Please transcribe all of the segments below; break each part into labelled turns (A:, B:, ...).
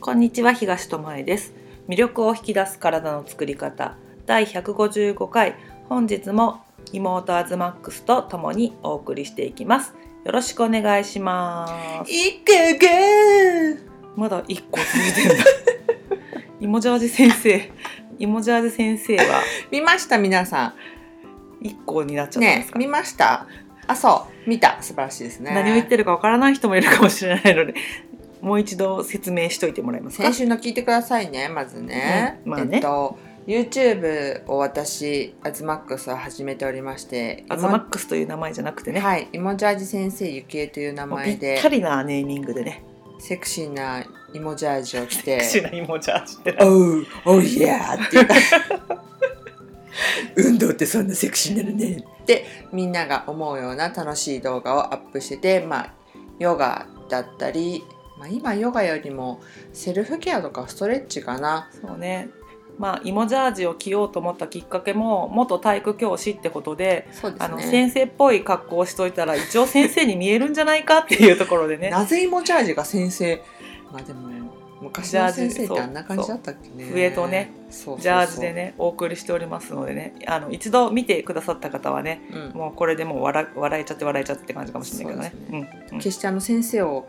A: こんにちは東智恵です魅力を引き出す体の作り方第155回本日も妹アズマックスとともにお送りしていきますよろしくお願いします
B: いけけ
A: まだ1個続いて るんだイモジャージ先生イモジャージ先生は
B: 見ました皆さ
A: 1個になっちゃ
B: ん
A: ったんで
B: ね
A: すか、
B: 見ましたあそう見た素晴らしいですね
A: 何を言ってるかわからない人もいるかもしれないのでもう一度説明しといてもらえますか
B: 先週の聞いてくださいねまずね,、
A: うんまあね
B: えっと YouTube を私アズマックスを始めておりまして
A: アズマックスという名前じゃなくてね、
B: はい、イモジャージ先生ゆきえという名
A: もうぴ
B: 前
A: っ
B: で
A: たりなネーミングでね
B: セクシーなイモジャージを 着て
A: セクシーなイモジャージって
B: 「おうおいや!」って言った 運動ってそんなセクシーになるねってみんなが思うような楽しい動画をアップしててまあヨガだったり、まあ、今ヨガよりもセルフケアとかストレッチかな
A: そうねまあイモジャージを着ようと思ったきっかけも元体育教師ってことで
B: そうで
A: あ
B: す
A: の
B: ね
A: 先生っぽい格好をしといたら一応先生に見えるんじゃないかっていうところでね
B: なぜイモジャージが先生まあでも昔の先生ってあんな感じだったっけね
A: そう笛とね
B: そうそうそう
A: ジャージで、ねお送りしておりますのでねあの一度見てくださった方はね
B: うん、
A: もうこれでもう笑笑えちゃって笑えちゃってって感じかもしれないけどね
B: そうで
A: うんうん
B: 決してあの先生を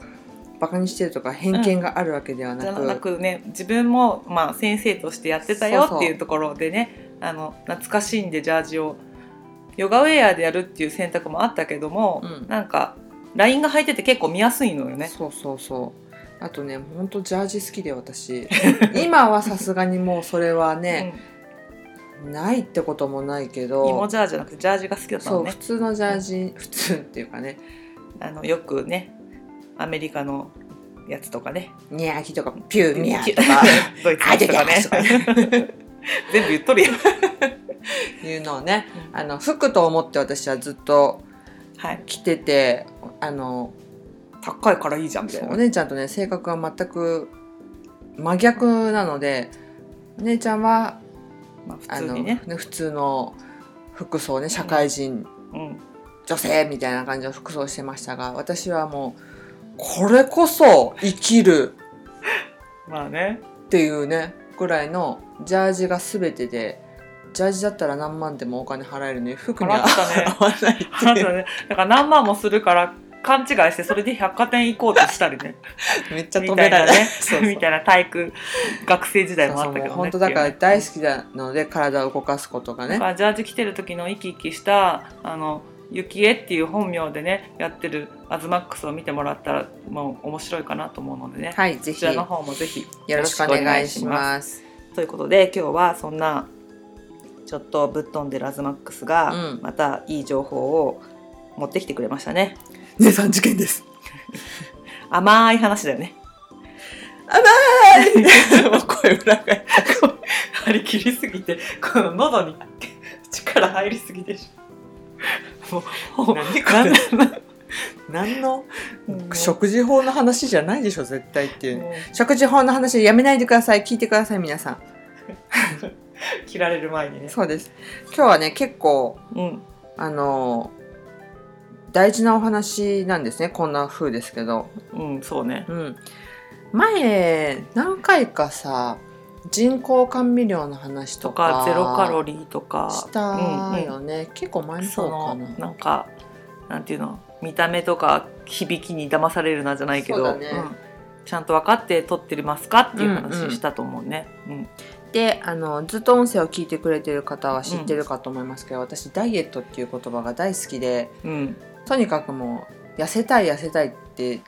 B: バカにしてるとか偏見があるわけではな
A: じゃ
B: く、
A: なくね自分もまあ先生としてやってたよ
B: そうそう
A: っていうところでねあの懐かしいんでジャージをヨガウェアでやるっていう選択もあったけども、
B: うん
A: なんかラインが入ってて結構見やすいのよね。
B: そうそうそうあとねほんとジャージ好きで私 今はさすがにもうそれはね、ないってこともないけ
A: うん、芋
B: ど
A: ジャージじゃなくてジャージが好きだった
B: そ
A: の
B: う普
A: ね
B: 通のジャージ普通っていうかね
A: あのよくねアメリカのやつとかね
B: ニャーキとかピューミャーと
A: ドイツのやつとかね 全部言っとる やん、
B: か いうのをねあの服と思って私はずっと
A: はい、
B: 着ててあの
A: 高いからいいじゃんみたい
B: そう
A: な
B: お姉ちゃんとね性格が全く真逆なのでお姉ちゃんは
A: まあ、
B: あ
A: 普通
B: の
A: にね、
B: 普通の服装ね社会人、
A: うん、
B: 女性みたいな感じの服装してましたが私はもうこれこそ生きる
A: まあね
B: っていうねぐらいのジャージが全てでジャージだったら何万でもお金払えるのに服には
A: 払ったね
B: 合わな い
A: あなたね、だから何万もするから勘違いしてそれで百貨店行こうとしたりね
B: め っちゃ
A: みた
B: 止め
A: い
B: ら
A: な
B: れ
A: ね
B: そうそう
A: みたいな体育学生時代もあ
B: そ
A: っ
B: う
A: た
B: そう
A: け
B: も
A: ど
B: う
A: ね
B: 本当だから大
A: き
B: 好きなので体を動かすことが
A: だ
B: ね
A: からジャージ着てる時の生き生きした「あの雪絵」っていう本名でねやってるアズマックスを見てもらったらもう面白いかなと思うのでね、
B: はい
A: こ
B: ぜひ
A: ちらの
B: よ
A: 方もぜひ
B: ろしくお願いし
A: す
B: ます
A: ということで今日はそんなちょっとぶっ飛んでるアズマックスが、
B: うん
A: またいい情報を持ってきてくれましたね
B: 姉さん事件です
A: 甘い話だよね
B: もう声裏返った
A: 張り切りすぎてこの喉に力入りすぎでしょもうもう
B: 何こ
A: なん
B: れ
A: なの
B: 何の
A: もう
B: 食事法の話じゃないでしょ絶対っていうね
A: もう
B: 食事法の話やめないでください聞いてください皆さん
A: 切られる前にね
B: そうです今日はね結構
A: うん
B: あの大事なお話なんですねこんな風ですけど、
A: うんそうね
B: うん、前何回かさ人工甘味料の話と
A: と
B: か
A: かゼロカロリーとか
B: した
A: うん
B: よね、結構前
A: うん、
B: の
A: そ
B: 方か
A: の
B: な
A: なんかなんていうの見た目とか響きに騙されるなじゃないけど
B: そうだね
A: んちゃんと分かって撮ってますかっていう話したと思うね。うん
B: であのずっと音声を聞いてくれてる方は知ってるかと思いますけど、私ダイエットっていう言葉が大好きで
A: うん
B: とにかくもう痩せたい痩せたいって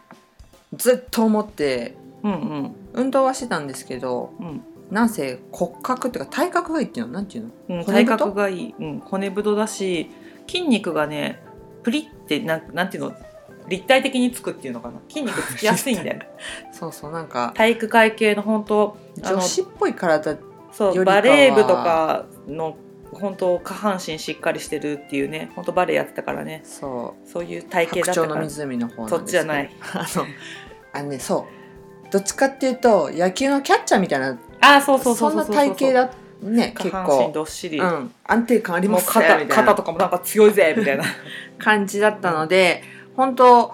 B: ずっと思って
A: うんうん
B: 運動はしてたんですけど
A: うん
B: なんせ骨格っていうか体格がいいっていうのなんていうの
A: うん、
B: 骨
A: 体
B: 太
A: 格がいい、うん、骨太だし筋肉がねプリってなんなんていうの立体的につくっていうのかな筋肉つきやすいん だよ
B: そうそうなんか
A: 体育会系の本当あ
B: 女
A: の
B: 子っぽい体
A: そ
B: よ
A: う
B: りかは
A: バレー部とかの本当下半身しっかりしてるっていうね本当バレーやってたからね
B: そう
A: そういう体
B: 白
A: 型だっ
B: 鳥
A: た
B: の
A: から
B: 湖の方なんですけど
A: そっちじゃない
B: あのあのねそうどっちかっていうと野球のキャッチャーみたいな
A: あーそうそうそう
B: そん
A: う
B: な
A: う
B: 体型だね
A: 下
B: 結
A: 半身
B: 構、
A: どっしり、
B: うん、安定感あり
A: も
B: ま
A: う
B: すね
A: 肩
B: みたいな
A: 肩とかもなんか強いぜみたいな
B: 感じだったので本当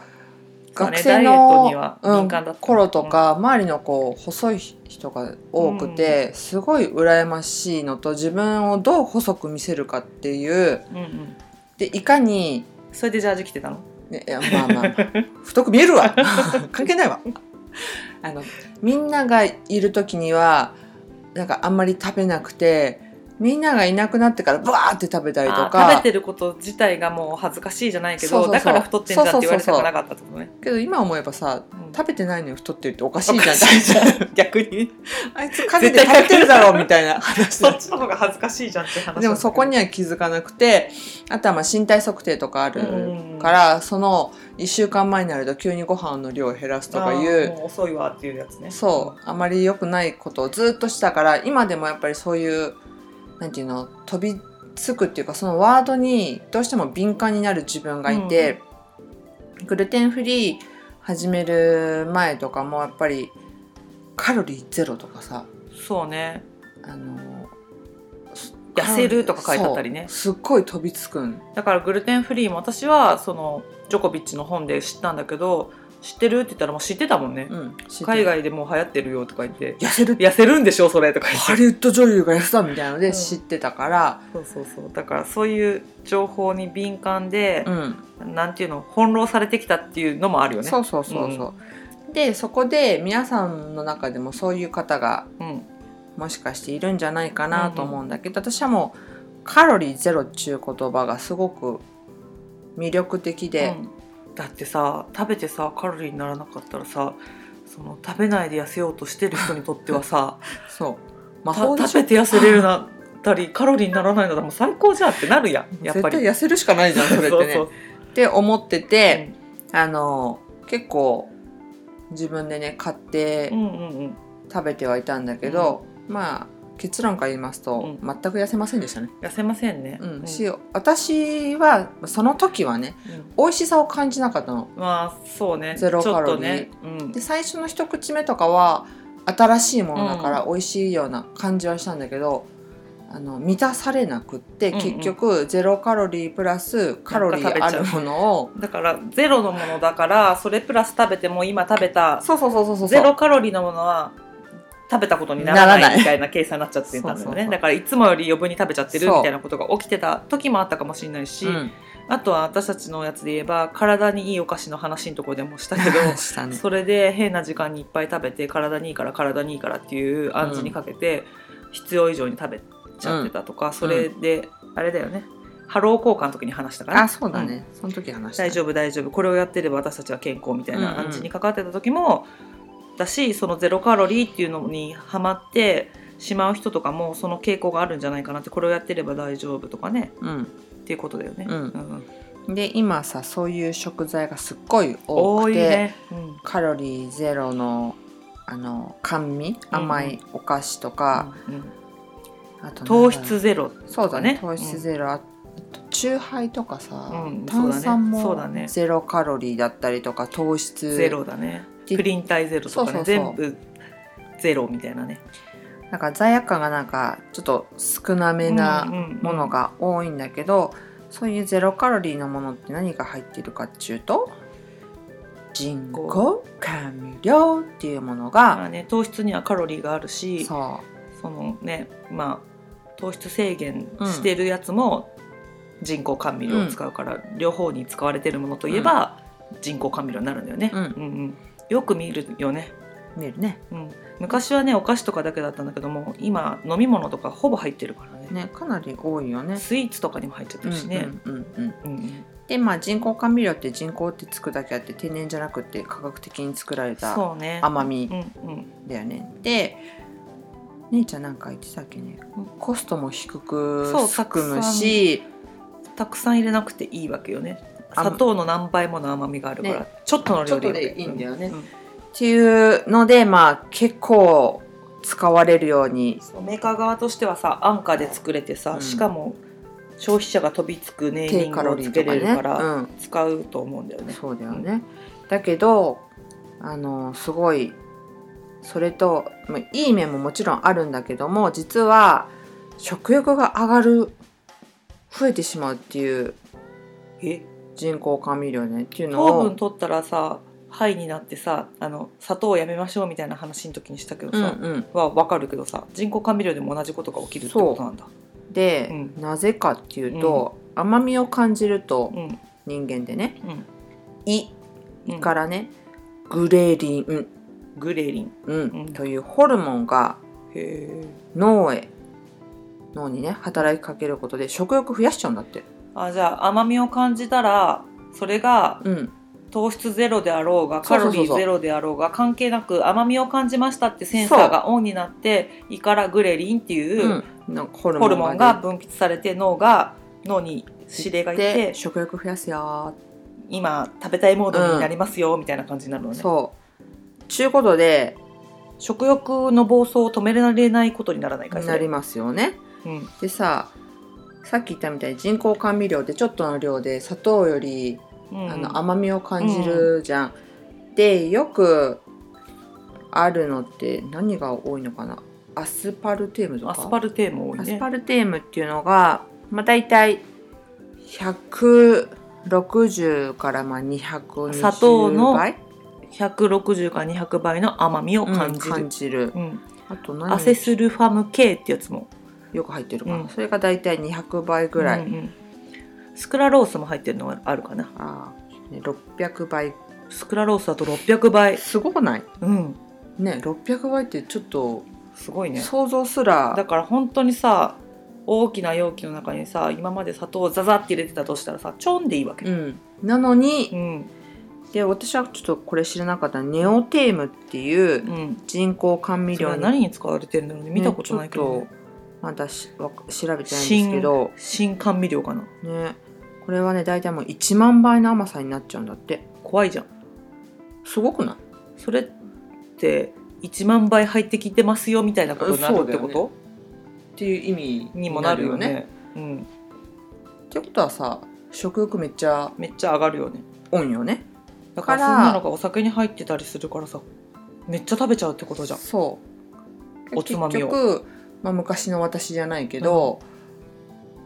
A: かね
B: 学生
A: ダ
B: の
A: イエットには
B: うん
A: 敏感だった、
B: 頃とか周りのこう細い人が多くて、すごい羨ましいのと自分をどう細く見せるかっていう
A: うん、うんうん、
B: でいかに、
A: それでジャージ着てたの
B: ね、いやまあま あ、まあ、太く見えるわ 関係ないわあのみんながいる時にはなんかあんまり食べなくてみんながいなくなってからバーって食べたりと
A: あ
B: か
A: ー食べてること自体がもう恥ずかしいじゃないけど
B: そうそうそう
A: だから太ってんじゃんって言われたくなかったってことね
B: けど今思えばさ
A: うん
B: 食べてないのに太ってるっておかしいじゃん
A: おかしいじゃん 逆に
B: あいつ陰で食べてるだろうみたいな話
A: そっちの方が恥ずかしいじゃんって話なんだけど
B: でもそこには気づかなくてあとはまあ身体測定とかあるから、その1週間前になると急にご飯の量を減らすとかい
A: あー
B: う
A: もう遅いわっていうやつね
B: そうあまり良くないことをずっとしたから今でもやっぱりそういうなんていうの飛びつくっていうかそのワードにどうしても敏感になる自分がいて、グルテンフリー始める前とかもやっぱりカロリーゼロとかさ
A: そうね
B: あのす
A: 痩せるとか書いてあったりね
B: そうすっごい飛びつくん
A: だからグルテンフリーも私はそのジョコビッチの本で知ったんだけど知ってるって言ったらもう知ってたもんね、
B: うん、知ってる
A: 海外でもう流行ってるよとか言って
B: 痩せる
A: 痩せるんでしょそれとか言って
B: ハリウッド女優が痩せたみたいなの
A: う
B: で
A: ん
B: 知ってたから、
A: そうそうそうだからそういう情報に敏感で
B: う、ん
A: なんていうの翻弄されてきたっていうのもあるよね
B: そうそうそうそう、でそこで皆さんの中でもそういう方が
A: うん、
B: もしかしているんじゃないかなと思うんだけど、私はもうカロリーゼロっていう言葉がすごく魅力的で、
A: うんだってさ食べてさカロリーにならなかったらさその食べないで痩せようとしてる人にとっては さ
B: そう
A: た
B: 魔法で
A: 食
B: しょ
A: べて痩せれるなったりカロリーにならないならもう最高じゃんってなるやんやっ
B: 絶
A: ぱ
B: 対
A: り。
B: 痩せるしかないじゃんそれってね
A: そうそう
B: って思って
A: うん
B: て、あの結構自分でね買って
A: うんうん
B: 食べてはいたんだけど、まあ結論から言いますと、
A: うん
B: 全く痩せませんでしたね、
A: うん、痩せませんね。
B: うんし私はその時はね
A: うん
B: 美味しさを感じなかったの
A: まあそうね。
B: ゼロカロリー
A: ちょっとね。うん
B: で最初の一口目とかは新しいものだから美味しいような感じはしたんだけど、あの満たされなくって、
A: うんうん
B: 結局ゼロカロリープラスカロリ
A: なん
B: ー
A: か
B: あ
A: 食
B: る
A: べちゃ
B: ものを
A: だからゼロのものだからそれプラス食べても今食べた
B: そうそうそうそうそう
A: ゼロカロリーのものは食べたことになら
B: なら
A: な
B: ないい
A: みたいな計算になっちゃってたんだ
B: そ
A: よ
B: うそうそ
A: ね
B: う
A: だからいつもより余分に食べちゃってる
B: そう
A: みたいなことが起きてた時もあったかもしれないし、
B: うん、
A: あとは私たちのやつで言えば体にいいお菓子の話のところでもしたけど
B: した ね
A: それで変な時間にいっぱい食べて体にいいから体にいいからっていう暗示にかけて、必要以上に食べちゃってたとか、それであれだよねハロー交換の時に話したから
B: あそうだね、その時話した
A: 大丈夫大丈夫これをやってれば私たちは健康みたいな感じにかかってた時も、だしそのゼロカロリーっていうのにハマってしまう人とかもその傾向があるんじゃないかなってこれをやってれば大丈夫とかね
B: うん
A: っていうことだよね。
B: うんで今さそういう食材がすっごい多
A: 多
B: く
A: い
B: て
A: ね。うん
B: カロリーゼロのあの甘味
A: うん
B: 甘いお菓子とか、
A: うんうん
B: あとなん
A: 糖
B: だろう
A: 質ゼロ
B: そうだね
A: とかね
B: 糖質ゼロ、あとチューハイとかさ、
A: うん
B: 炭酸も
A: そうだね
B: ゼロカロリーだったりとか糖質
A: ゼロだね。
B: で
A: プリン体ゼロとかね
B: そうそうそ
A: 全
B: う
A: 部ゼロみたいなね。
B: なんか罪悪感がなんかちょっと少なめ
A: うん
B: な
A: うんうん
B: ものが多いんだけど、そういうゼロカロリーのものって何が入ってるかっていうと人工甘味料っていうもの
A: ま
B: が、
A: あね糖質にはカロリーがあるし。
B: そ
A: そのねまあ糖質制限してるやつも人工甘味料を使うから、両方に使われてるものといえば、人工甘味料になるんだよね、
B: うん
A: うんよく見るよね、
B: う見るね
A: うん、昔はねお菓子とかだけだったんだけども今飲み物とかほぼ入ってるからね
B: ねかなり多いよね。
A: スイーツとかにも入っちゃってるしね、
B: うんうんうんうん、
A: うん
B: でまあ人工甘味料って人工ってつくだけあって天然じゃなくて科学的に作られた
A: そうね
B: 甘み
A: うんうん
B: だよね。で姉ちゃんなんか言ってたっけね
A: うん
B: コストも低く
A: そう
B: 含むし、
A: たくさん入れなくていいわけよね
B: 甘
A: 砂糖の何倍もの甘みがあるから、
B: ね
A: ちょっとの量で
B: ちょっとでいいんだよね
A: うん
B: っていうのでまあ結構使われるように
A: そうメーカー側としてはさ安価で作れてさ、
B: うん
A: しかも消費者が飛びつくネーミ
B: 低
A: ン
B: カ
A: グ
B: ロ
A: を
B: リ
A: つ
B: ー
A: け
B: とか
A: れる
B: ね
A: か。ら
B: うん
A: 使うと思うんだよね。
B: そうだよね。だけどあのすごいそれとまあいい面ももちろんあるんだけども実は食欲が上がる増えてしまうっていう
A: え
B: 人工甘味料ねっていうの
A: 糖分
B: を
A: 取ったらさハイになってさあの砂糖をやめましょうみたいな話の時にしたけど
B: うんう
A: さ、
B: ん、
A: は分かるけどさ人工甘味料でも同じことが起きるってことなんだ。
B: で、
A: う
B: なぜかっていうと、甘みを感じると
A: うんうん
B: 人間でね「胃
A: うん
B: からね「グレリン」
A: グレリン。
B: うん
A: うん
B: というホルモンが
A: へえ。
B: 脳へ脳にね働きかけることで食欲増やしちゃうんだって。
A: あじゃあ甘みを感じたらそれが
B: うん、
A: 糖質ゼロであろうが
B: そ
A: カ
B: うそ
A: ロ
B: うそうそう
A: リーゼロであろうが関係なく甘みを感じましたってセンサーがオンになって胃からグレリンっていう
B: うん、なんかホルモ
A: ホル
B: ン
A: モン
B: が
A: が
B: ね
A: 分泌されて脳が脳に指令がいって
B: で食欲増やすよ
A: 今食べたいモードになりますよみたいな感じになるの
B: ー、
A: ね。
B: そうちゅうことで
A: 食欲の暴走を止められないことにならないかいそ
B: な
A: れ
B: りますよね
A: うん
B: でささっき言ったみたいに人工甘味料でちょっとの量で砂糖より、
A: うん
B: あの甘みを感じるじゃん、でよくあるのって何が多いのかなアスパルテームとか
A: アスパルテーム多い
B: アス
A: ね
B: パ。ルテームっていうのが、まあ、大体160からまあ220倍
A: 砂糖の160から200倍の甘みを
B: うん
A: 感じ
B: 感
A: る。
B: じる
A: うん
B: あと
A: ア
B: 何
A: セスルファム K ってやつも
B: よく入ってるかな、
A: うん
B: それが大体200倍ぐらい、
A: うんうんスクラロースも入ってるのがあるかな。
B: あーね600倍
A: スクラロースだと600倍。
B: すごくない
A: うん。
B: ね600倍ってちょっと
A: すごいね。
B: 想像すら、
A: だから本当にさ、大きな容器の中にさ、今まで砂糖をザザって入れてたとしたらさ、ちょんでいいわけ。
B: うん、なのに、
A: ん。。
B: で私はちょっとこれ知らなかったネオテームっていううん人工甘味
A: それ
B: 料
A: は
B: に、
A: 何に使われてるんだろうね。見たことないけど、
B: ねちょっとまだしわ調べてないんですけど、
A: 新甘味料かな。
B: ね、これはね大体もう1万倍の甘さになっちゃうんだって
A: 怖いじゃん。
B: すごくない
A: それって1万倍入ってきてますよみたいなことになるって
B: そう
A: こ
B: だよ
A: と、
B: っていう意味
A: にもなるよね。うん。
B: ってことはさ食欲めっちゃ
A: めっちゃ上がるよね。
B: オンよね
A: だから
B: から
A: そんなのがお酒に入ってたりするからさ、めっちゃ食べちゃうってことじゃん。
B: そう
A: おつまみを
B: 結局、まあ、昔の私じゃないけど、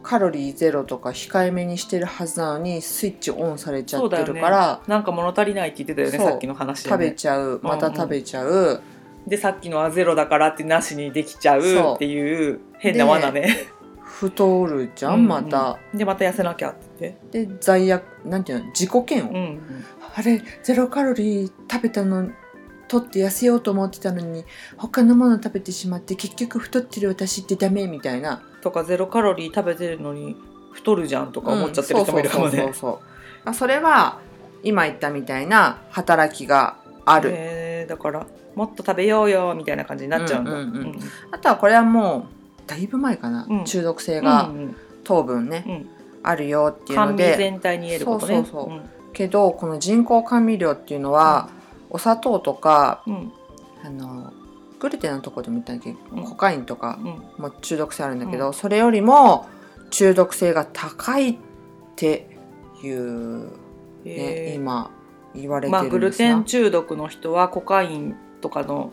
B: カロリーゼロとか控えめにしてるはずなのにスイッチオンされちゃってるから、
A: なんか物足りないって言ってたよ
B: そう
A: ねさっきの話で
B: 食べ
A: ね、
B: ちゃうまた食べちゃう、
A: でさっきの「あゼロだから」ってなしにできちゃう
B: そう
A: っていう変な罠ね
B: 太るじゃ
A: うんうん
B: んまた、
A: でまた痩せなきゃって
B: で罪悪なんていうの自己嫌
A: 言っ
B: 悪、
A: て、うん、
B: あれゼロカロリー食べたの取って痩せようと思ってたのに他のもの食べてしまって結局太ってる私ってダメみたいな
A: とかゼロカロリー食べてるのに太るじゃんとか思っちゃってる人もいるかも
B: うんそうそうそう
A: ね。
B: そうまあそれは今言ったみたいな働きがある、
A: へーだからもっと食べようよみたいな感じになっちゃうんだ。
B: うんうんうん
A: うん
B: あとはこれはもうだいぶ前かな、
A: うん
B: 中毒性
A: う
B: が
A: ん
B: 糖分ね、
A: うん
B: あるよっていう
A: 甘
B: の
A: 味
B: で
A: 全体に言えることね。
B: そうそうそけどこの人工甘味料っていうのは、お砂糖とか
A: うんうん
B: あのグルテンのとこでも言ったんだけど、
A: うん
B: コカインとか
A: うん
B: も中毒性あるんだけど、それよりも中毒性が高いっていう、ね
A: へー
B: 今言われて
A: まあ、
B: る
A: グ
B: んで
A: ル
B: す
A: テ
B: な
A: ン中毒の人はコカインとかの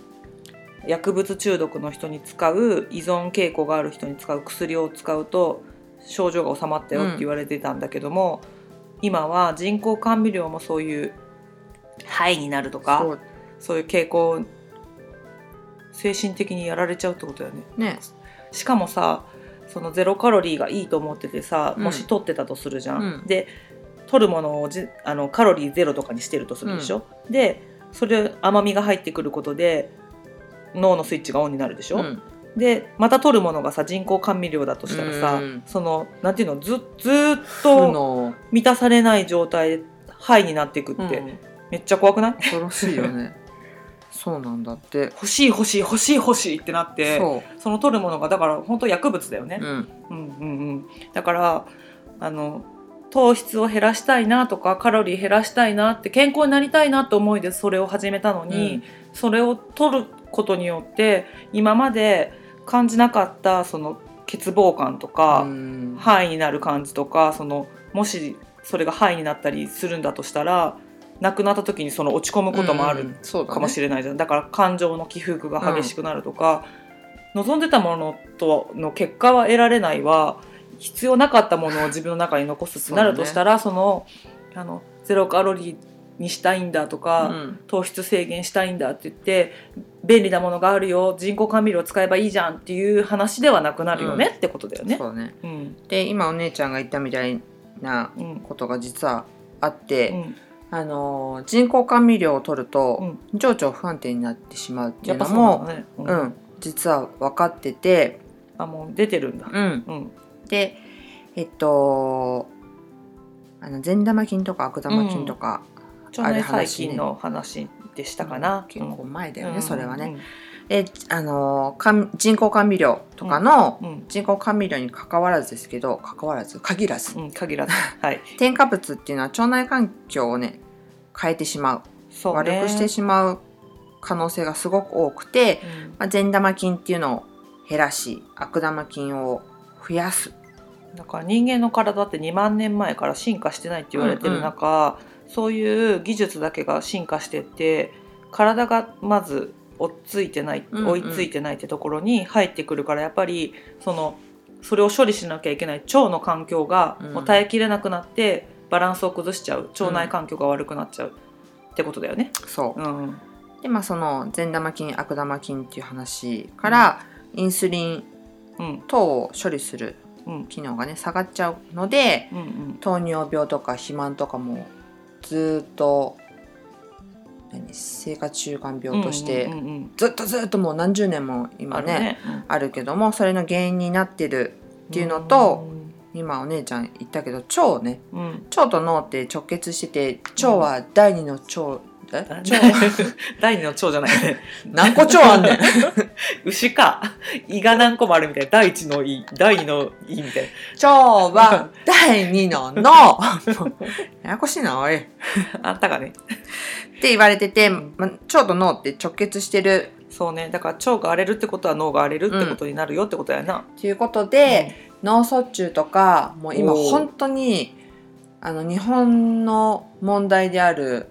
A: 薬物中毒の人に使う依存傾向がある人に使う薬を使うと症状が治まったよって言われてたんだけども、今は人工甘味料もそういう肺になるとかそ
B: そうう
A: いう傾向を精神的にやられちゃうってことだよね。
B: ね
A: しかもさそのゼロカロリーがいいと思っててさ、
B: うん
A: もし取ってたとするじゃん。
B: うん
A: で取るものをじあのカロリーゼロとかにしてるとするでしょ。でそれ甘みが入ってくることで脳のスイッチがオンになるでしょ。
B: うん
A: でまた取るものがさ人工甘味料だとしたらさ、
B: うん
A: そのなんていうのずずーっ
B: 負
A: と
B: の
A: 満たされない状態でハイになっていくって、
B: うん
A: めっちゃ怖くない
B: 恐ろしいよねそうなんだって
A: 欲しい欲しい欲しい欲しいってなってそ
B: そ
A: の取るものがだから本当薬物だよね。
B: う、うん、
A: うんうんうん、だからあの糖質を減らしたいなとかカロリー減らしたいなって健康になりたいなって思いでそれを始めたのに、それを取ることによって今まで感じなかったその欠乏感と
B: う
A: か、
B: ん
A: 範囲になる感じとかそのもしそれが範囲になったりするんだとしたらなくなった時にその落ち込むこともある
B: うんそうだね
A: かもしれないじゃん、だから感情の起伏が激しくなるとか、望んでたものとの結果は得られないは必要なかったものを自分の中に残すってなるとしたらそ,、のあのゼロカロリー
B: う
A: か、
B: ん
A: 糖質制限したいんだって言って便利なものがあるよ人工甘味料使えばいいじゃんっていう話ではなくなるよね、ってことだよね。
B: そうね
A: うん
B: で今お姉ちゃんが言ったみたいな
A: うん
B: ことが実はあっ
A: う
B: て、
A: ん、
B: あのー人工甘味料を取ると
A: うん
B: 情緒不安定になってしまうってい
A: や
B: う
A: っぱ
B: の
A: そうなん
B: も
A: だね、う
B: う、ん、実は分かってて、
A: あもう出てるんだ、
B: うん、
A: うん、
B: でえっとあの善玉菌とか悪玉菌とか、
A: 腸内細菌
B: ある話ね
A: の話でしたかな、
B: 結構前だよね、
A: うん
B: それはね。であのかん人工甘味料とかの、
A: うんうん
B: 人工甘味料に関わらずですけど関わらず限らず
A: うん、限 らずはい
B: 添加物っていうのは腸内環境をね変えてしまう
A: そう、
B: 悪
A: ね、
B: くしてしまう可能性がすごく多くて、
A: うん
B: まあ、善玉菌っていうのを減らし悪玉菌を増やす
A: だから人間の体って2万年前から進化してないって言われてる中、そういう技術だけが進化してって体がまず追っついてない、
B: うんうん
A: 追いついてないってところに入ってくるからやっぱりそのそれを処理しなきゃいけない腸の環境が
B: うん
A: もう耐えきれなくなってバランスを崩しちゃう腸内環境が悪くなっちゃうってことだよね。
B: そう
A: う、ん
B: でまあその善玉菌悪玉菌っていう話から、インスリン
A: うん
B: 糖を処理する
A: うん
B: 機能がね下がっちゃうので
A: うんうん
B: 糖尿病とか肥満とかもずっと何生活習慣病として、
A: うんうんうん
B: ずっとずっともう何十年も今
A: ある
B: ねある
A: ね
B: けどもそれの原因になってる
A: って
B: いうのと、今お姉ちゃん言ったけど腸ね
A: うんうん、
B: 腸と脳って直結してて腸は第二の腸、え腸は
A: 第二の腸じゃないね
B: 何個腸あんねん
A: 牛か胃が何個もあるみたいな第一の胃第二の胃みたい
B: 腸は第二の脳 ややこしいなおい。
A: なあんたがね
B: って言われてて、
A: ん
B: ま、腸と脳って直結してる
A: そうねだから腸が荒れるってことは脳が荒れるってことになるよってことやな、
B: ということで、脳卒中とかもう今
A: おー
B: 本当にあの日本の問題である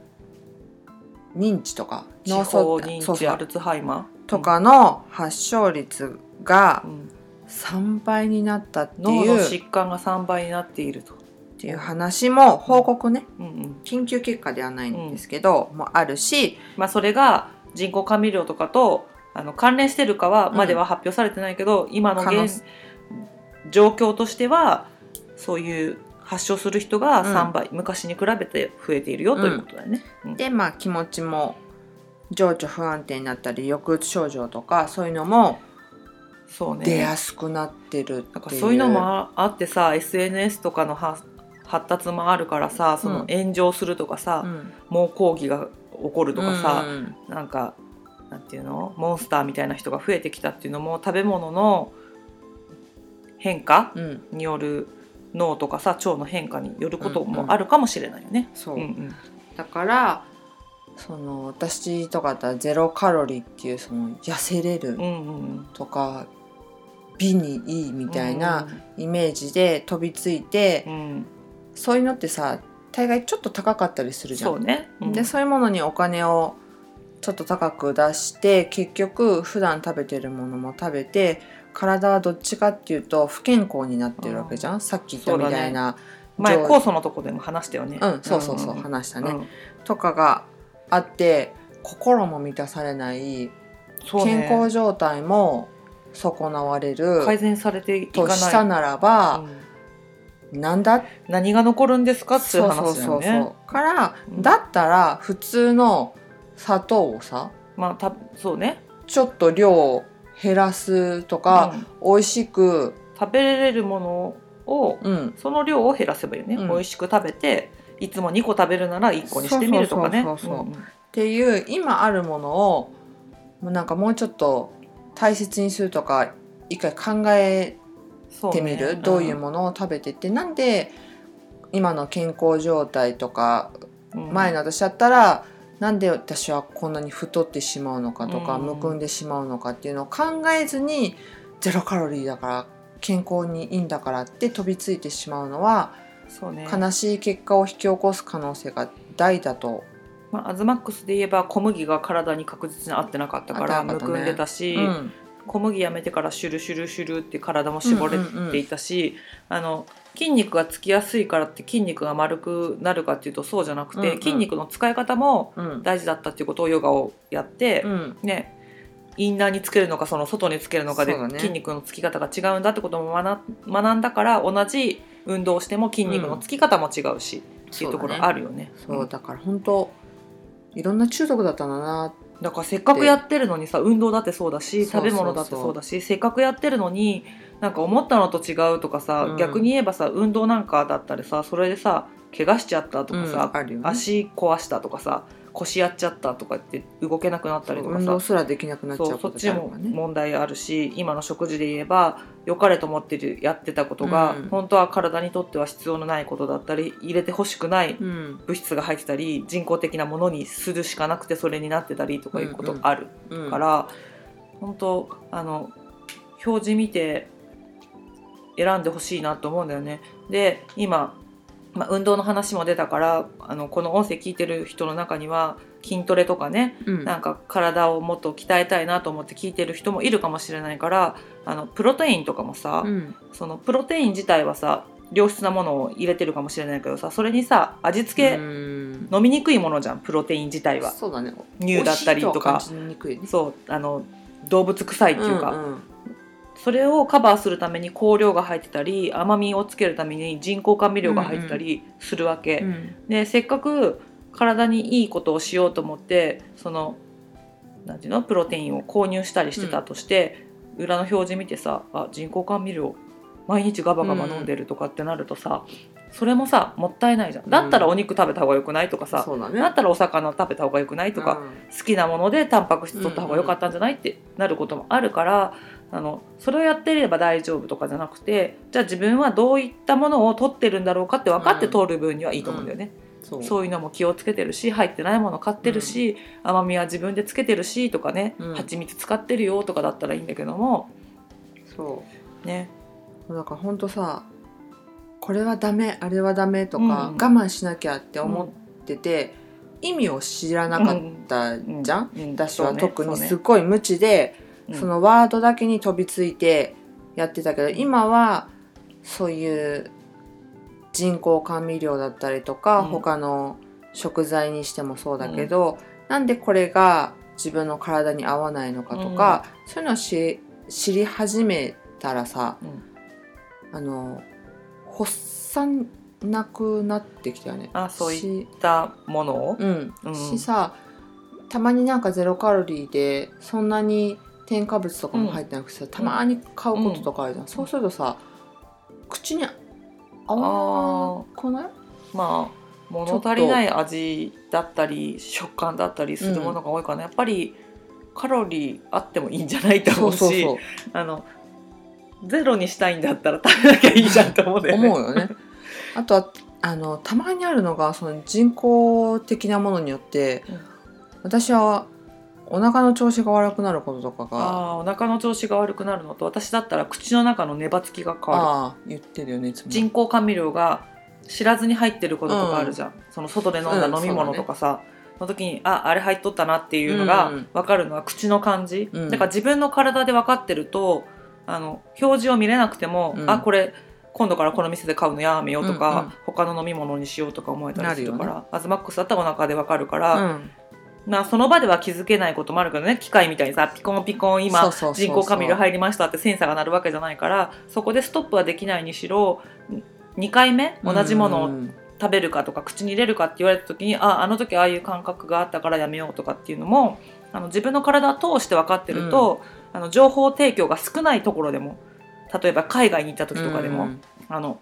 B: 認知とか
A: 脳
B: 脳
A: 卒中
B: 卒そう
A: 認知
B: そ
A: ア
B: う
A: ルツハイマー
B: と、かの発症率が
A: うんうん
B: 3倍になったって
A: 脳
B: い
A: の
B: うっ
A: 疾患が3倍になっていると、
B: ていう話も報告ね
A: うんうん、
B: 緊急結果ではないんですけど、もあるし
A: まあそれが人工甘味料とかとあの関連してるかは
B: うん
A: までは発表されてないけど、今の
B: 可能
A: 現
B: 性
A: 状況としてはそういう発症する人が3倍、昔に比べて増えているよということだよね。うん
B: でまあ気持ちも情緒不安定になったり抑うつ症状とかそういうのも
A: そうね
B: 出やすくなってるっていう。
A: なんかそういうのもああってさ SNS とかのは発達もあるからさその
B: うん
A: 炎上するとかさ、
B: うん
A: 猛抗議が起こるとかさ
B: う、ん
A: なんかなんていうのモンスターみたいな人が増えてきたっていうのも食べ物の変化
B: うんうん
A: による脳とかさ腸の変化によることもあるかもしれないよね。
B: そう、
A: うんうん
B: だからその私とかだったらゼロカロリーっていうその痩せれる
A: うんうん
B: とか、美にいいみ
A: み
B: たいなイメージで飛びついて、
A: うん
B: そういうのってさ大概ちょっと高かったりするじゃん。
A: そうね。うん
B: でそういうものにお金をちょっと高く出して結局普段食べてるものも食べて体はどっちかっていうと不健康になってるわけじゃんさっき言ったみたいな
A: 前
B: 上
A: 酵素のとこでも話したよね。
B: うん、そうそうそう、
A: んんん
B: 話したね、
A: うん
B: とかがあって心も満たされない、
A: そうね
B: 健康状態も損なわれる
A: 改善されていか
B: と
A: ない
B: したならば、
A: うん
B: なんだって
A: 何が残るんですかっていう話だよね
B: から、
A: うん
B: だったら普通の砂糖をさ
A: まあたそうね
B: ちょっと量を減らすとか、
A: うん
B: 美味しく、
A: 食べれるものを
B: うん、
A: その量を減らせばいいよね、
B: うん
A: 美味しく食べていつも2個食べるなら1個にしてみるとかね
B: そうそうそうそう
A: うんうん
B: っていう今あるものをもうなんかもうちょっと大切にするとか一回考え
A: そ
B: ってみる、どういうものを食べてってなんで今の健康状態とか
A: の
B: 前の私だったら、なんで私はこんなに太ってしまうのかとか、
A: うん
B: むくんでしまうのかっていうのを考えずにゼロカロリーだから健康にいいんだからって飛びついてしまうのは、
A: そうね、
B: 悲しい結果を引き起こす可能性が大だと、
A: まあ、アズマックスで言えば小麦が体に確実に合ってなかったから
B: 合ってな
A: む
B: かったね
A: くんでたし、
B: うん
A: 小麦やめてからシュルシュルシュルって体も絞れていたし、あの筋肉がつきやすいからって筋肉が丸くなるかっていうとそうじゃなくて、
B: うんうん
A: 筋肉の使い方も
B: うん
A: 大事だったっていうことをヨガをやって、
B: うん
A: ねインナーにつけるのかその外につけるのかで
B: そうだね
A: 筋肉のつき方が違うんだってことも学学んだから同じ運動をしても筋肉のつき方も違うし、っていうところあるよね
B: そうだねそうだから本当いろんな中毒だったんだな
A: だからせっかくやってるのにさ運動だってそうだし
B: そう
A: 食
B: そうそう
A: べ物だってそうだしせっかくやってるのになんか思ったのと違うとかさ、
B: うん
A: 逆に言えばさ運動なんかだったらさそれでさ怪我しちゃったとかさ、
B: うんあるよね
A: 足壊したとかさ腰やっちゃったとかって動けなくなったりとか
B: 運
A: さ
B: 動すらできなくなっちゃ
A: そううそ
B: こ
A: っ
B: と
A: ち
B: だ
A: も
B: からね
A: 問題あるし今の食事で言えば良かれと思ってるやってたことが、
B: うん
A: 本当は体にとっては必要のないことだったり入れてほしくない
B: うん
A: 物質が入ってたり人工的なものにするしかなくてそれになってたりとかいうことある
B: うん
A: から、本当あの表示見て選んでほしいなと思うんだよね。で今、まあ、運動の話も出たからあのこの音声聞いてる人の中には筋トレとかね
B: うん
A: なんか体をもっと鍛えたいなと思って聞いてる人もいるかもしれないからあのプロテインとかもさ、
B: うん
A: そのプロテイン自体はさ良質なものを入れてるかもしれないけどさそれにさ味付け、
B: うん
A: 飲みにくいものじゃんプロテイン自体は
B: そうだね
A: 乳だったりとか
B: 美味しいとは感じにくいね
A: そうあの動物臭いっていうか、
B: んん
A: それをカバーするために香料が入ってたり甘みをつけるために人工甘味料が入ってたりするわけ、
B: うん
A: でせっかく体にいいことをしようと思ってそのなんていうのプロテインを購入したりしてたとして、裏の表示見てさあ人工甘味料毎日ガバガバ飲んでるとかってなるとさ、それもさもったいないじゃんだったらお肉食べた方がよくないとかさ、
B: そうだね
A: だったらお魚食べた方がよくないとか、好きなものでタンパク質取った方が良かったんじゃないってなることもあるから、あのそれをやってれば大丈夫とかじゃなくてじゃあ自分はどういったものを取ってるんだろうかって分かって取る分にはいいと思うんだよね。
B: そう
A: そういうのも気をつけてるし入ってないもの買ってるし、甘みは自分でつけてるしとかね、
B: うん
A: 蜂蜜使ってるよとかだったらいいんだけども
B: そう
A: ね
B: だからほんとさこれはダメあれはダメとか、
A: うん
B: 我慢しなきゃって思ってて、意味を知らなかった
A: うん
B: じゃん、
A: うん
B: 私は特に
A: そうね
B: すごい無知で
A: そ
B: そ,、
A: うね
B: のワードだけに飛びついてやってたけど今はそういう人工甘味料だったりとか、
A: うん
B: 他の食材にしてもそうだけど、なんでこれが自分の体に合わないのかとか、そういうのをし知り始めたらさ、
A: うん
B: あの発散なくなってきたよね。
A: あそうい
B: し
A: ったものを、
B: うん
A: うん
B: しさたまになんかゼロカロリーでそんなに添加物とかも入ってなくてさ、たまに買うこととかあるじゃん、そうするとさ口に合わなくない
A: まあ物足りない味だったり食感だったりするものが多いから、ねやっぱりカロリーあってもいいんじゃないと
B: そ
A: 思
B: う
A: うし
B: そうそう
A: あのゼロにしたいんだったら食べなきゃいいじゃんと思うんだよね。
B: 思う よね。あとはあのたまにあるのがその人工的なものによって、
A: うん
B: 私はお腹の調子が悪くなることとかが
A: あーお腹の調子が悪くなるのと私だったら口の中のネバつきが変わる
B: ああ言ってるよねいつも
A: 人工甘味料が知らずに入ってることとかあるじゃん、その外で飲んだ
B: うん
A: 飲み
B: そうだ
A: 物
B: ね
A: とかさ、の時にああれ入っとったなっていうのが
B: うんうん
A: 分かるのは口の感じ、
B: うん
A: だから自分の体で分かってるとあの表示を見れなくても、
B: うん
A: あこれ今度からこの店で買うのやめようとか、
B: うんうん
A: 他の飲み物にしようとか思えたりするか
B: なる
A: らアズマックスだったらお腹で分かるか
B: う
A: ら、
B: ん
A: まあ、その場では気づけないこともあるけどね機械みたいにさピコンピコン今
B: そうそうそうそう
A: 人工甘味料入りましたってセンサーが鳴るわけじゃないからそこでストップはできないにしろ2回目同じもの
B: う
A: を
B: ん
A: 食べるかとか口に入れるかって言われた時にああの時ああいう感覚があったからやめようとかっていうのもあの自分の体を通して分かってると、あの情報提供が少ないところでも例えば海外に行った時とかでも、
B: うん
A: あの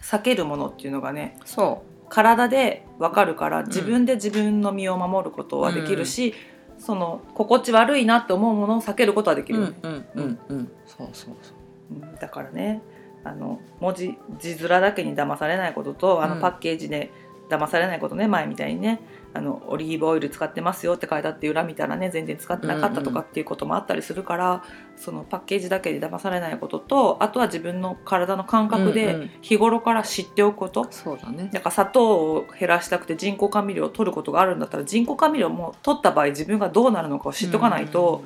A: 避けるものっていうのがね
B: そ
A: 体で分かるから
B: ん
A: 自分で自分の身を守ることはできるし、その心地悪いなって思うものを避けることはでき
B: う、う
A: る
B: ん
A: よ
B: う
A: ね、
B: んうんうん、そうそうそう
A: うんだからねあの文字字面だけに騙されないこととあ
B: う
A: の
B: ん
A: パッケージで騙されないことね、前みたいにねあのオリーブオイル使ってますよって書いてあって裏見たらね全然使ってなかったとかっていうこともあったりするから、そのパッケージだけで騙されないこととあとは自分の体の感覚
B: うんう
A: で
B: ん
A: 日頃から知っておくこと、
B: そうだね
A: なんか砂糖を減らしたくて人工甘味料を取ることがあるんだったら人工甘味料も取った場合自分がどうなるのかを知っとかないと、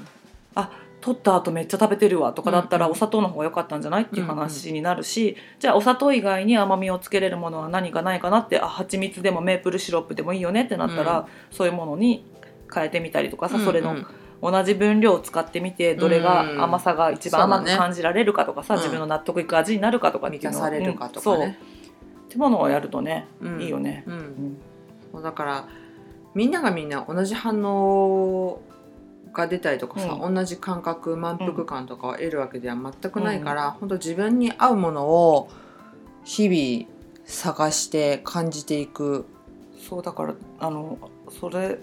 A: あ取った後めっちゃ食べてるわとかだったら、
B: うんうん
A: お砂糖の方が良かったんじゃないっていう話になるし、じゃあお砂糖以外に甘みをつけれるものは何かないかなってあ蜂蜜でもメープルシロップでもいいよねってなったら、
B: う
A: そういうものに変えてみたりとかさ、
B: うんうん
A: それの同じ分量を使ってみてどれが甘さが一番甘く感じられるかとかさ、
B: うん
A: 自分の納得いく味になるかとかってい
B: 満
A: うの
B: た
A: を
B: されるかとか
A: うんそう
B: ね、
A: ってものをやるとね、
B: うん
A: いいよね。
B: うん
A: うん
B: そうだからみんながみんな同じ反応が出たりとかさ、同じ感覚満腹感とかを得るわけでは全くないから、本当自分に合うものを日々探して感じていく
A: そうだからあのそれ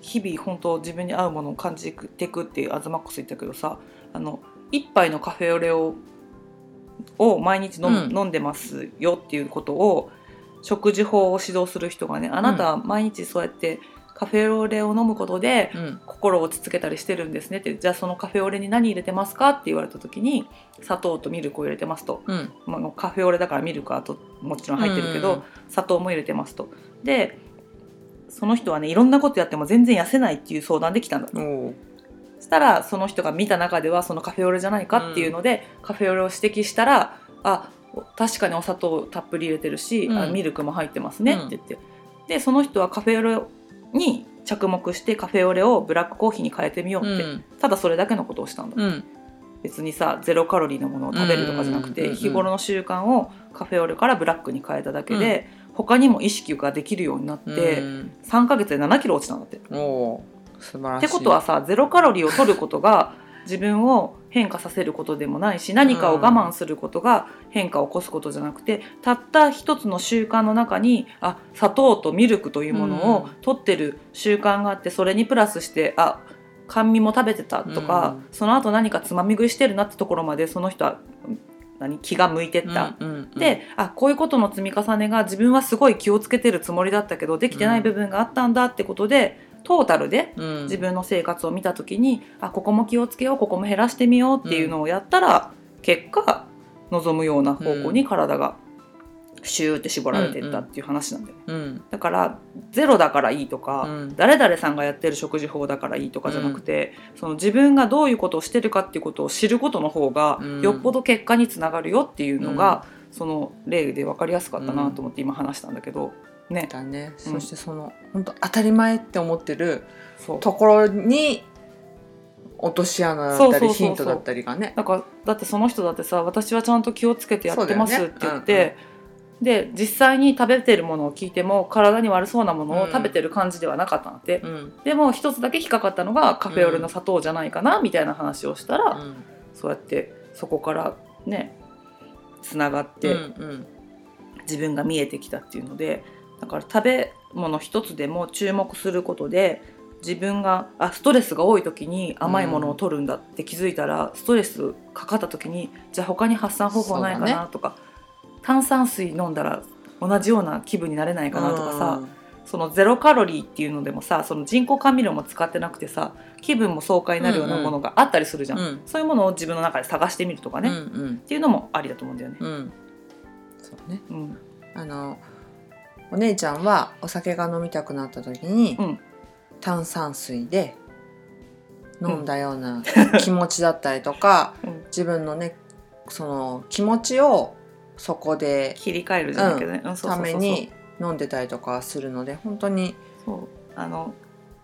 A: 日々本当自分に合うものを感じていくっていうアズマックス言ったけどさあの一杯のカフェオレをを毎日飲,、
B: うん
A: 飲んでますよっていうことを食事法を指導する人がねあなたは毎日そうやってカフェオレを飲むことで
B: うん
A: 心を落ち着けたりしてるんですねってじゃあそのカフェオレに何入れてますかって言われた時に砂糖とミルクを入れてますと
B: うん
A: まああの、カフェオレだからミルクはともちろん入ってるけど、
B: うん
A: 砂糖も入れてますとでその人はねいろんなことやっても全然痩せないっていう相談できたんだ
B: おー
A: そしたらその人が見た中ではそのカフェオレじゃないかっていうので、カフェオレを指摘したらあ確かにお砂糖たっぷり入れてるし、
B: うん
A: あミルクも入ってますねって言って、でその人はカフェオレに着目してカフェオレをブラックコーヒーに変えてみよう
B: う
A: って、
B: ん
A: ただそれだけのことをしたんだ
B: うん
A: 別にさゼロカロリーのものを食べるとかじゃなく
B: うんうん
A: て
B: うん
A: 日頃の習慣をカフェオレからブラックに変えただけで、他にも意識ができるようになって、
B: うん
A: 3ヶ月で7キロ落ちたんだって。っ
B: おー素晴らしい
A: てことはさゼロカロリーを取ることが自分を変化させることでもないし何かを我慢することが変化を起こすことじゃなくてたった一つの習慣の中にあ砂糖とミルクというものを取ってる習慣があってそれにプラスしてあ甘味も食べてたとか、
B: う
A: その後何かつまみ食いしてるなってところまでその人はうん何気が向いてった。
B: うんうんうん
A: であこういうことの積み重ねが自分はすごい気をつけてるつもりだったけどできてない部分があったんだってことでトータルで
B: うん
A: 自分の生活を見た時にあここも気をつけようここも減らしてみようっていうのをやったら、結果望むような方向に体がシューって絞られていったっていう話なんだよね。
B: うん
A: だからゼロだからいいとか、
B: うん
A: 誰々さんがやってる食事法だからいいとかじゃなくて、その自分がどういうことをしてるかっていうことを知ることの方が
B: うん
A: よっぽど結果につながるよっていうのが、その例で分かりやすかったなと思って今話したんだけど、ね
B: だね、
A: うん
B: そしてその本当当たり前って思ってる
A: そう
B: ところに落とし穴だ
A: そうそう
B: った
A: そう
B: り
A: そう
B: ヒントだったりがね
A: なんかだってその人だってさ私はちゃんと気をつけてやってますって言っ
B: そうだよ
A: て、で実際に食べてるものを聞いても体に悪そうなものを
B: うん
A: 食べてる感じではなかったんだって、
B: うん
A: でも一つだけ引っかかったのがカフェオレの砂糖じゃないかなみたいな話をしたら、
B: うん
A: そうやってそこからねつながって、
B: うん
A: 自分が見えてきたっていうのでだから食べ物一つでも注目することで自分があストレスが多い時に甘いものを取るんだって気づいたら、ストレスかかった時にじゃあ他に発散方法ないか
B: そうだ
A: なとか、炭酸水飲んだら同じような気分になれないかなとかさ、そのゼロカロリーっていうのでもさその人工甘味料も使ってなくてさ気分も爽快になるようなものがあったりするじゃん、
B: うんうん
A: そういうものを自分の中で探してみるとか
B: う
A: ね、
B: ん
A: っ
B: うん
A: ていうのもありだと思うんだよね。
B: うんそうね
A: うん
B: あのお姉ちゃんはお酒が飲みたくなった時に、
A: うん
B: 炭酸水で飲んだような気持ちだったりと か、
A: うん
B: 自分のねその気持ちをそこで
A: 切り替えるじゃないけどね、うんそうそう
B: た
A: そう
B: め
A: そう
B: に飲んでたりとかするので本当に
A: そうあの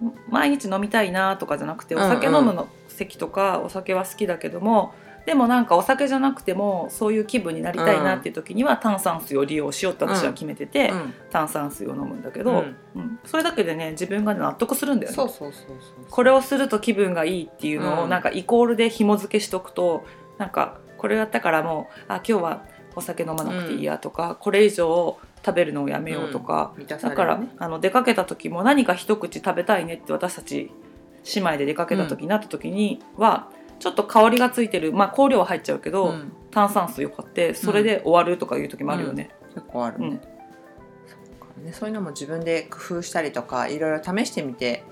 A: ん毎日飲みたいなとかじゃなくてお
B: うんうん
A: 酒飲むの席とかお酒は好きだけども、でもなんかお酒じゃなくてもそういう気分になりたいなっていう時には炭酸水を利用しようって私は決めてて、
B: うん
A: 炭酸水を飲むんだけ
B: う
A: ど、
B: ん
A: うんそれだけでね自分がね納得するんだよね。
B: そうそうそうそう
A: これをすると気分がいいっていうの
B: う
A: を
B: ん
A: なんかイコールで紐付けしとくと、なんかこれやったからもうあ今日はお酒飲まなくていいやとか、これ以上食べるのをやめようとか、
B: 満たさ
A: だ
B: れ
A: か
B: る
A: ら
B: ね
A: あの出かけた時も何か一口食べたいねって私たち姉妹で出かけた時になった時には、ちょっと香りがついてるまあ香料は入っちゃうけど、
B: うん
A: 炭酸水を買ってそれで終わるとかいう時もあるよね。
B: 結構ある
A: うん
B: ね,、ねそういうのも自分で工夫したりとかいろいろ試してみて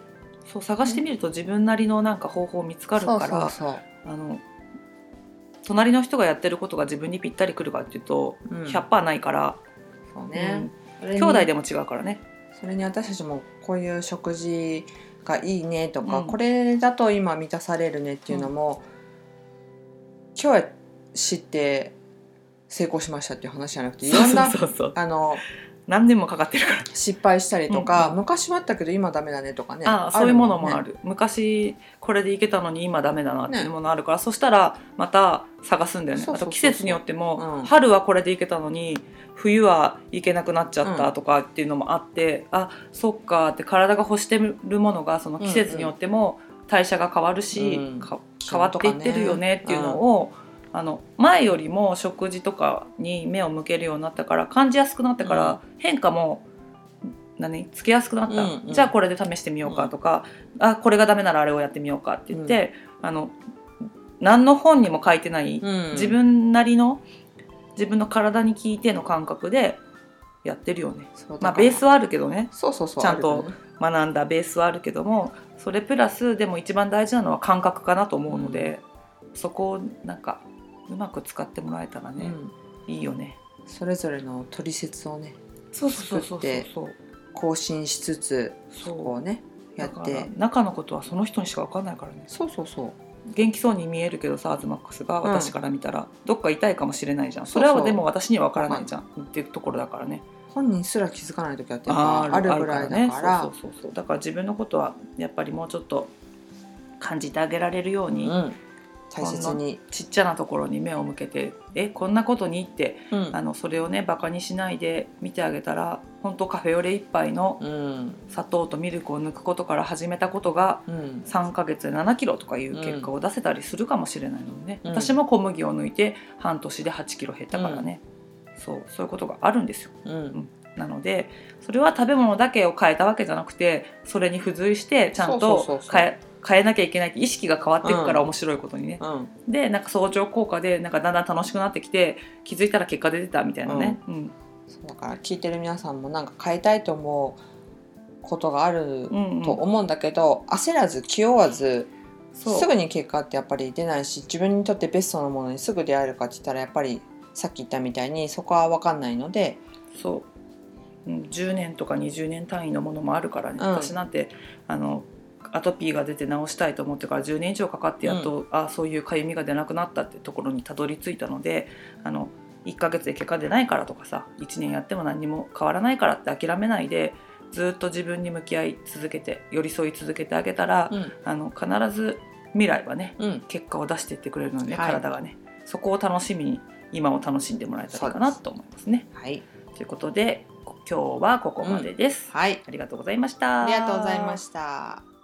A: そう探してみると自分なりのなんか方法見つかるから
B: そうそう
A: あの隣の人がやってることが自分にぴったりくるかっていうと、
B: そう、うん、
A: 100%ないから、
B: そうね、それ
A: うん
B: に
A: 兄弟でも違うからね。
B: それに私たちもこういう食事がいいねとか、
A: うん
B: これだと今満たされるねっていうのも、今日は知って成功しましたっていう話じゃなくてい
A: そ
B: ろ
A: うん
B: な
A: そうそう
B: あの
A: 何年もかかってるから
B: 失敗したりとか、
A: うん
B: 昔はあったけど今ダメだねとかね
A: ああそういうものもあ
B: る
A: る、昔これでいけたのに今ダメだなっていうものあるから、そしたらまた探すんだよね
B: そうそうそうそう
A: あと季節によっても、
B: うん
A: 春はこれでいけたのに冬はいけなくなっちゃったとかっていうのもあって、あそっかって体が欲してるものがその季節によっても代謝が変わるし、
B: うん
A: か変わっていってるよねっていうのを、あの前よりも食事とかに目を向けるようになったから感じやすくなったから、変化も何つけやすくなった、
B: うんうん
A: じゃあこれで試してみようかとか、あこれがダメならあれをやってみようかって言って、あの何の本にも書いてない、
B: ね、うん
A: 自分なりの自分の体に聞いての感覚でやってるよね。
B: そうだから
A: まあ、ベースはあるけどね
B: そうそうそう
A: ちゃんと
B: あるよね
A: 学んだベースはあるけどもそれプラスでも一番大事なのは感覚かなと思うので、そこをなんかうまく使ってもらえたら
B: う
A: ね、
B: ん
A: いいよね。
B: それぞれの取説をね
A: そうそうそうそうそう
B: 更新しつつ
A: そ
B: そうこをねや
A: だ
B: っ
A: から
B: て
A: 中のことはその人にしか分かんないからね
B: そうそうそう
A: 元気そうに見えるけどさアズマックスが
B: ん
A: 私から見たら、どっか痛いかもしれないじゃん
B: そ
A: そう
B: そう
A: れはでも私には分からないじゃん、っていうところだからね
B: 本人すら気づかない時だってやっぱあるぐらいだから
A: そうそうそうそうだから自分のことはやっぱりもうちょっと感じてあげられるように、
B: うん、大切に、
A: ちっちゃなところに目を向けてえこんなことにって
B: うん
A: あのそれをねバカにしないで見てあげたら本当カフェオレ一杯の
B: うん
A: 砂糖とミルクを抜くことから始めたことが
B: うん、
A: 3ヶ月で7キロとかいう結果を出せたりするかもしれないのでね、
B: うん
A: 私も小麦を抜いて半年で8キロ減ったからね、そうそういうことがあるんですよ
B: うん、
A: なのでそれは食べ物だけを変えたわけじゃなくてそれに付随してちゃんと
B: そうそうそうそう
A: 変え変えなきゃいけないって意識が変わっていくから
B: う
A: 面白いことにね、
B: うん、
A: でなんか相乗効果でなんかだんだん楽しくなってきて気づいたら結果出てたみたいなね、うん
B: そうだから聞いてる皆さんもなんか変えたいと思うことがある
A: うんうん
B: と思うんだけど、焦らず気負わず
A: そう
B: すぐに結果ってやっぱり出ないし自分にとってベストのものにすぐ出会えるかって言ったらやっぱりさっき言ったみたいにそこは分かんないので、
A: そう、うん、10年とか20年単位のものもあるからね、
B: うん
A: 私なんてあのアトピーが出て治したいと思ってから10年以上かかってやっと、あそういうかゆみが出なくなったってところにたどり着いたのであの1ヶ月で結果出ないからとかさ1年やっても何にも変わらないからって諦めないでずっと自分に向き合い続けて寄り添い続けてあげたら、
B: うん
A: あの必ず未来はね
B: うん、
A: 結果を出していってくれるので、ね
B: はい
A: 体がねそこを楽しみに今を楽しんでもらえたらいいかなと思いますね。
B: はい、
A: ということでこ今日はここまでです。
B: はい、
A: ありがとうございました。
B: ありがとうございました。